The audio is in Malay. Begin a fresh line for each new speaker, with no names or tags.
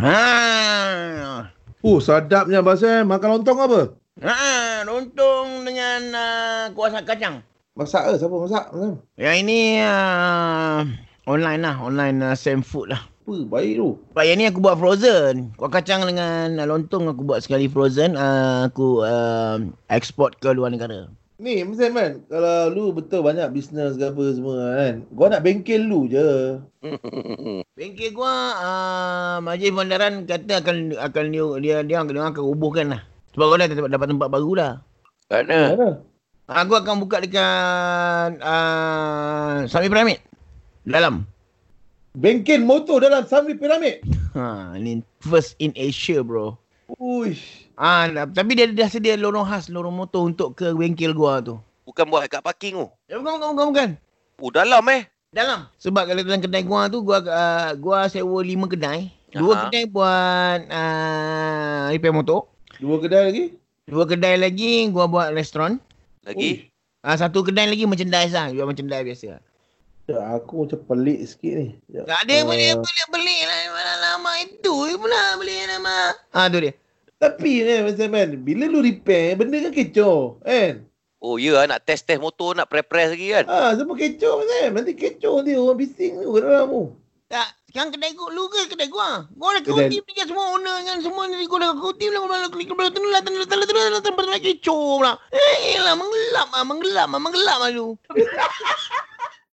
Ha.
Oh, sadapnya Abang Sam. Makan lontong apa?
Ha, lontong dengan uh, kuah asam kacang.
Masak ke? Siapa masak? Abang Sam?
Yang ini uh, online lah, online uh, Sam Food lah.
Apa? Baik tu.
Sebab yang ni aku buat frozen. Kuah kacang dengan uh, lontong aku buat sekali frozen. Uh, aku uh, export ke luar negara.
Ni, Abang Sam kan, kalau lu betul banyak bisnes ke apa semua kan, kau nak bengkel lu je.
Bengkel gua uh, majlis bandaran kata akan akan dia dia dia, dia orang akan rubuhkan lah. Sebab kau dah dapat, dapat tempat baru lah.
Kat mana?
Mana?
Aku akan buka dekat uh, Sami Piramid. Dalam.
Bengkel motor dalam Samri Piramid.
Ha, ni first in Asia bro.
Uish.
Ah, ha, tapi dia dah sedia lorong khas, lorong motor untuk ke bengkel gua tu.
Bukan buat kat parking tu.
Eh, bukan, bukan, bukan, bukan.
Oh, dalam eh.
Dalam. Sebab kalau dalam kedai gua tu gua uh, gua sewa lima kedai. Dua
Aha.
kedai buat uh, repair motor.
Dua kedai lagi?
Dua kedai lagi gua buat restoran.
Lagi.
Ah, satu kedai lagi merchandise lah. Jual merchandise biasa.
Sekejap, Ya, aku macam pelik sikit ni. Ya Sekejap.
Tak ada pun dia beli beli lah mana lama itu dia pula beli nama. Ah tu dia.
Tapi eh, macam kan, bila lu repair, benda kan kecoh. Kan?
Oh, ya yeah, nak test-test motor, nak press-press lagi kan.
Ah, semua kecoh kan? Nanti kecoh dia, orang bising tu kat dalam tu.
Tak sekarang kedai gua lu ke kedai gua? Gua dah
Kedai-
kutip dengan semua owner dengan semua ni gua dah kutip lah gua dah klik kepala tu lah tanah tanah tanah tanah tanah tanah kecoh pula. Eh lah menggelap ah menggelap ah menggelap ah lu.